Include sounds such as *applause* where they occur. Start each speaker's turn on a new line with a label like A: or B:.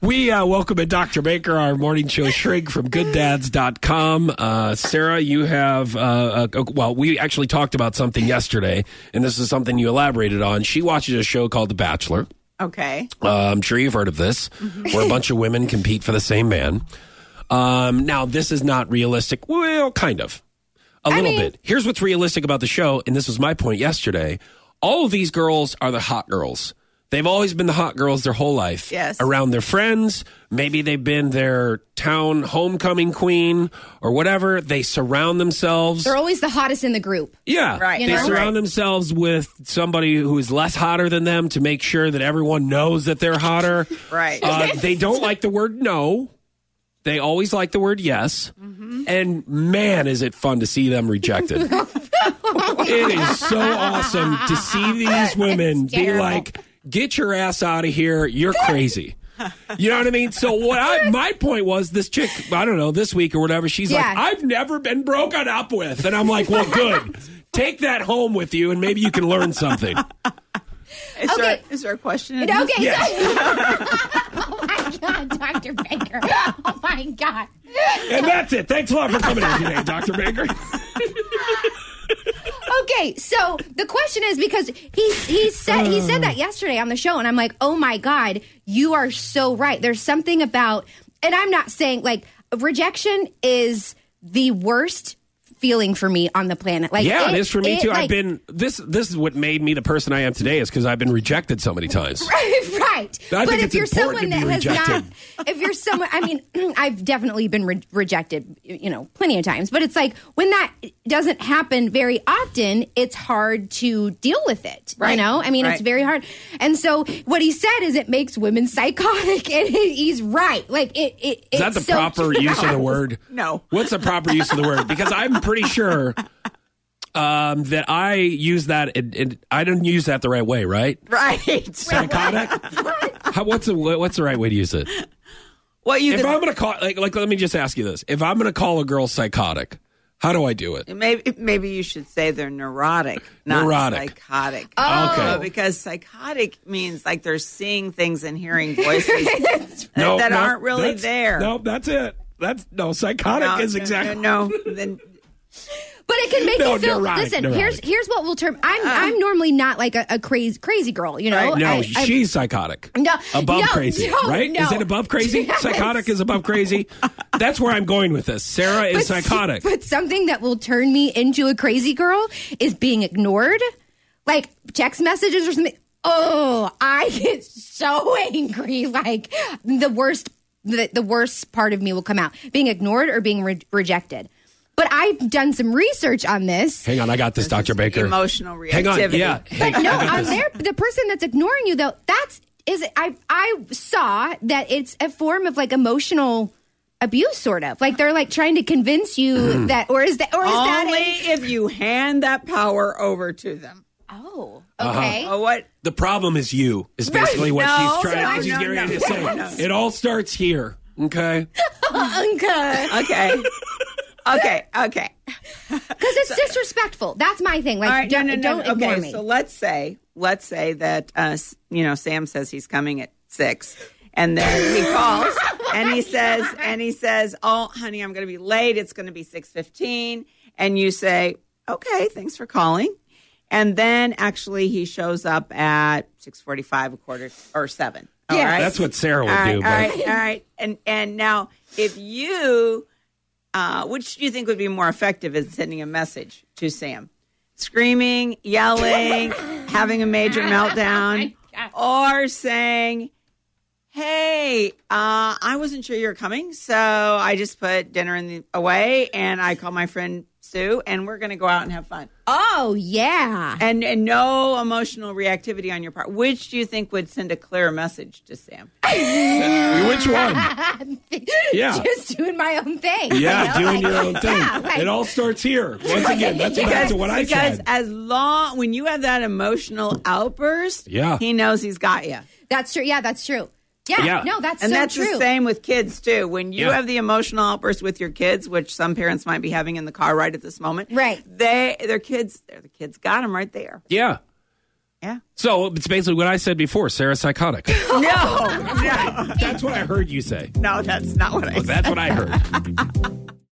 A: We uh, welcome in Dr. Baker, our morning show shrink from gooddads.com. Uh, Sarah, you have, uh, uh, well, we actually talked about something yesterday, and this is something you elaborated on. She watches a show called The Bachelor.
B: Okay.
A: Uh, I'm sure you've heard of this,
B: Mm-hmm.
A: where a bunch of women compete for the same man. Um, now, this is not realistic. Well, kind of. A little
B: mean-
A: bit. Here's what's realistic about the show, and this was my point yesterday. All of these girls are the hot girls. They've always been the hot girls their whole life.
B: Yes.
A: Around their friends. Maybe they've been their town homecoming queen or whatever. They surround themselves.
C: They're always the hottest in the group.
A: Yeah.
B: Right.
A: They
C: You know?
A: surround
B: Right.
A: themselves with somebody who is less hotter than them to make sure that everyone knows that they're hotter.
B: *laughs* Right.
A: Uh, They don't like the word no. They always like the word yes.
C: Mm-hmm.
A: And man, is it fun to see them
C: *laughs*
A: rejected. it is so awesome to see
C: *laughs*
A: these women
C: It's
A: be
C: terrible.
A: like, get your ass out of here. You're crazy. You know what I mean? So what I my point was this chick, I don't know, this week or whatever, she's like,
C: Yeah.
A: I've never been broken up with. And I'm like, well, good. Take that home with you and maybe you can learn something.
B: Is, there,
C: okay.
B: is there a question? in this?
C: *laughs*
B: *laughs*
C: Okay. So- *laughs* oh my God, Dr. Baker. Oh my God.
A: And that's it. Thanks a lot for coming in today, Dr. Baker.
C: Okay, so the question is because he he said he said that yesterday on the show, and I'm like, oh my god, you are so right. There's something about, and I'm not saying like rejection is the worst feeling for me on the planet. Like,
A: Yeah, it is for me
C: it,
A: too. I've
C: like-
A: been this. This is what made me the person I am today is because I've been rejected so many times.
C: *laughs* right.
A: I
C: but
A: think
C: if
A: it's
C: you're
A: important
C: someone
A: to be
C: that has
A: rejected.
C: not, *laughs* if you're someone, I mean, *clears throat* I've definitely been re- rejected, you know, plenty of times. But it's like when that doesn't happen very often, it's hard to deal with it.
B: Right.
C: You know, I mean,
B: Right.
C: it's very hard. And so what he said is it makes women psychotic, *laughs* and he- he's right. Like it, it
A: Is
C: it's
A: that the
C: so
A: proper
C: true.
A: use
C: *laughs*
A: of the word?
B: No.
A: What's the proper use of the word? Because I'm pretty sure um, that I use that. And, and I didn't use that the right way, right?
B: Right.
C: *laughs*
A: Psychotic. How, what's the what's the right way to use it?
B: What you
A: If
B: can-
A: I'm gonna call like like let me just ask you this: If I'm gonna call a girl psychotic, how do I do it?
B: maybe maybe you should say they're neurotic, not
A: Neurotic.
B: psychotic.
C: Oh.
A: Okay.
B: Uh, because psychotic means like they're seeing things and hearing
C: *laughs*
B: voices
A: No,
B: that
A: no,
B: aren't really
A: that's-
B: there.
A: No, that's it. That's no psychotic
B: No,
A: is
B: no,
A: exactly
B: no,
C: *laughs*
B: no, then
C: But it can make
A: No,
C: you feel.
A: neurotic,
C: listen,
A: neurotic.
C: here's here's what we'll term. I'm
B: Uh-huh.
C: I'm normally not like a, a crazy crazy girl. You know,
B: Right.
A: No,
C: I- I-
A: she's psychotic.
C: No,
A: above
C: no,
A: crazy,
C: no,
A: right?
C: no.
A: Is it above crazy?
B: *laughs*
C: Yes.
A: Psychotic is above crazy. That's where I'm going with this. Sarah is
C: But-
A: psychotic.
C: But something that will turn me into a crazy girl is being ignored, like text messages or something. Oh, I get so angry. Like the worst, the, the worst part of me will come out: being ignored or being re- rejected. But I've done some research on this.
A: Hang on, I got this, Dr. Baker.
B: emotional reactivity.
A: Hang on, yeah. Hang,
C: But no,
A: I got
C: on
A: this.
C: there, the person that's ignoring you though, that's is I I saw that it's a form of like emotional abuse, sort of like they're like trying to convince
A: Mm-hmm.
C: you that, or is that, or is that
B: Only
C: a,
B: if you hand that power over to them.
C: oh okay.
B: Oh, what?
A: The problem is you. Is basically what
B: No,
A: she's trying.
B: no,
A: she's
B: no,
A: getting ready
B: no.
A: to say. It all starts here. Okay.
C: Unca.
B: Uh, Okay.
A: *laughs*
B: okay. Okay.
C: Because it's disrespectful. That's my thing. Like,
B: All right,
C: don't,
B: no, no, no,
C: don't
B: no.
C: ignore
B: okay,
C: me.
B: So let's say, let's say that uh, s- you know Sam says he's coming at six, and then
C: *laughs*
B: he calls and he says and he says, "Oh, honey, I'm going to be late. It's going to be six fifteen. And you say, "Okay, thanks for calling." And then actually he shows up at six forty five, a quarter or seven. All
C: Yes.
B: right?
A: That's what Sarah would
B: all right,
A: do.
B: all
A: but
B: right, all right. And and now if you uh, which do you think would be more effective in sending a message to Sam? Screaming, yelling,
A: *laughs*
B: having a major
A: Oh
B: meltdown, or saying, Hey, uh, I wasn't sure you were coming, so I just put dinner in the, away and I called my friend Sue and we're going to go out and have fun.
C: oh, yeah.
B: And, and no emotional reactivity on your part. Which do you think would send a clear message to Sam?
A: Which
B: *laughs*
A: one? Yeah.
C: *laughs* Just doing my own thing.
A: Yeah,
C: you know,
A: doing
C: like-
A: your own thing.
C: Yeah, like-
A: it all starts here. Once again, that's back
B: Because,
A: to what I
B: because
A: said.
B: as long when you have that emotional outburst,
A: Yeah.
B: he knows he's got you.
C: *laughs* That's true. Yeah, that's true. Yeah.
A: Yeah.
C: No, that's
B: And
C: so
B: that's
C: true.
B: the same with kids too. When you
A: Yeah.
B: have the emotional outburst with your kids, which some parents might be having in the car right at this moment,
C: Right.
B: They their kids their kids got them right there.
A: Yeah.
B: Yeah.
A: So it's basically what I said before. Sarah's psychotic.
B: No, no,
A: That's what I heard you say.
B: no, that's not what I
A: That's what I heard.